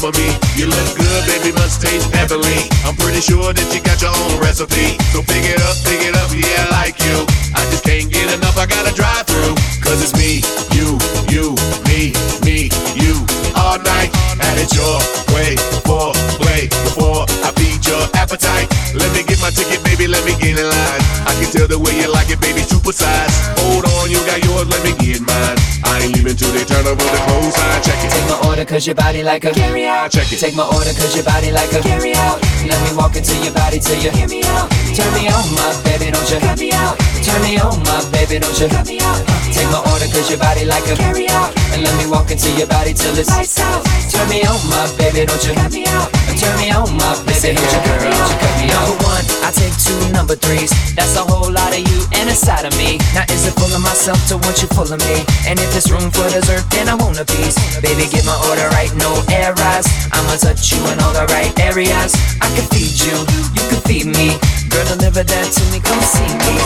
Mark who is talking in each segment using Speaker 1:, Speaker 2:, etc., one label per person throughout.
Speaker 1: for me. You look good, baby, must taste heavenly. I'm pretty sure that you got your own recipe. So pick it up, pick it up, yeah, I like you. I just can't get enough, I gotta drive through. Cause it's me, you, you, me, me, you, all night. At it your way for play before I feed your appetite. Let me get my ticket, baby, let me get in line. I can tell the way you like it, baby, super size. Hold on, you got yours, let me get mine. I ain't leaving till they turn over the clothes, I check it.
Speaker 2: Take my order cause your body like a carry out.
Speaker 1: Check it.
Speaker 2: Take my order cause your body like a carry out. Let me walk into your body till you hear me out. Turn me on, my baby, don't you cut me out. Turn me on, my baby, don't you cut me out. Take my order cause your body like a carry out. And let me walk into your body till it's lights out. Turn me on, my baby, don't you cut me out. Turn me on, my baby, don't you cut me out. Cut me out. Number one, I take two number threes. That's a whole lot of you and a side of me. Now is it full of myself to want you full of me? And if it's room for dessert, then I want a piece. Baby, get my order right, no errors. I'ma touch you in all the right areas. I can feed you, you can feed me. Girl, deliver that to me, come see me.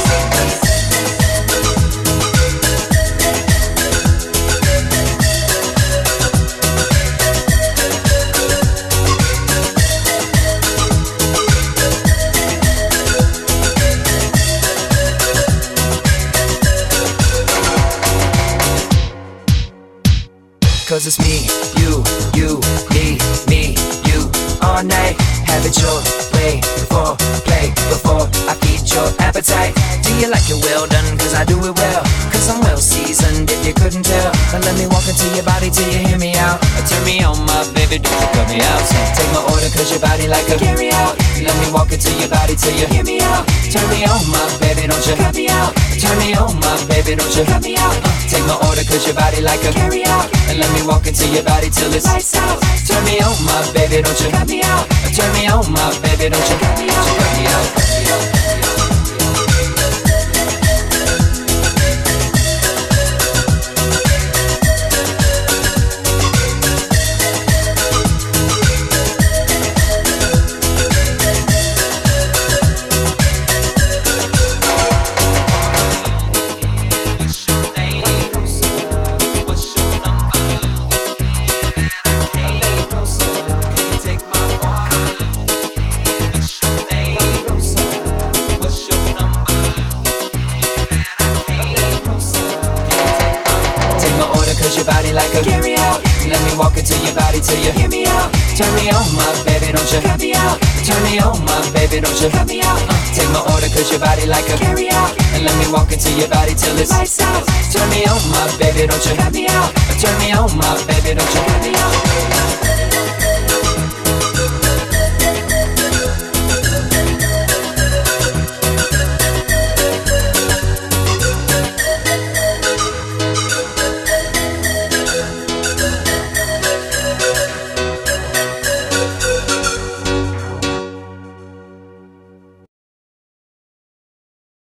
Speaker 2: Cause it's me, you, you, me, me, you All night, have it your way Before, play, before I feed your appetite Do you like it well done? Cause I do it well Cause I'm well seasoned if you couldn't tell Now let me walk into your body till you hear me out Or Turn me on my baby, don't you cut me out Take my order cause your body like a carry out Let me walk into your body till you hear me out Turn me on my baby, don't you cut me out Turn me on my baby, don't you cut me out Take my order cause your body like a carry out And let me walk into your body till it's lights out Turn me on my baby, don't you cut me out Turn me on my baby, don't you cut me out Cut me out, cut me out Take my order cause your body like a carry out. Let me walk into your body till you hear me out. Turn me on, my baby, don't you cut me out. Turn me on, my baby, don't you cut me out. Take my order cause your body like a carry out. And let me walk into your body till it's lights out. Turn me on, my baby, don't you cut me out. Turn me on, my baby, don't you cut me out.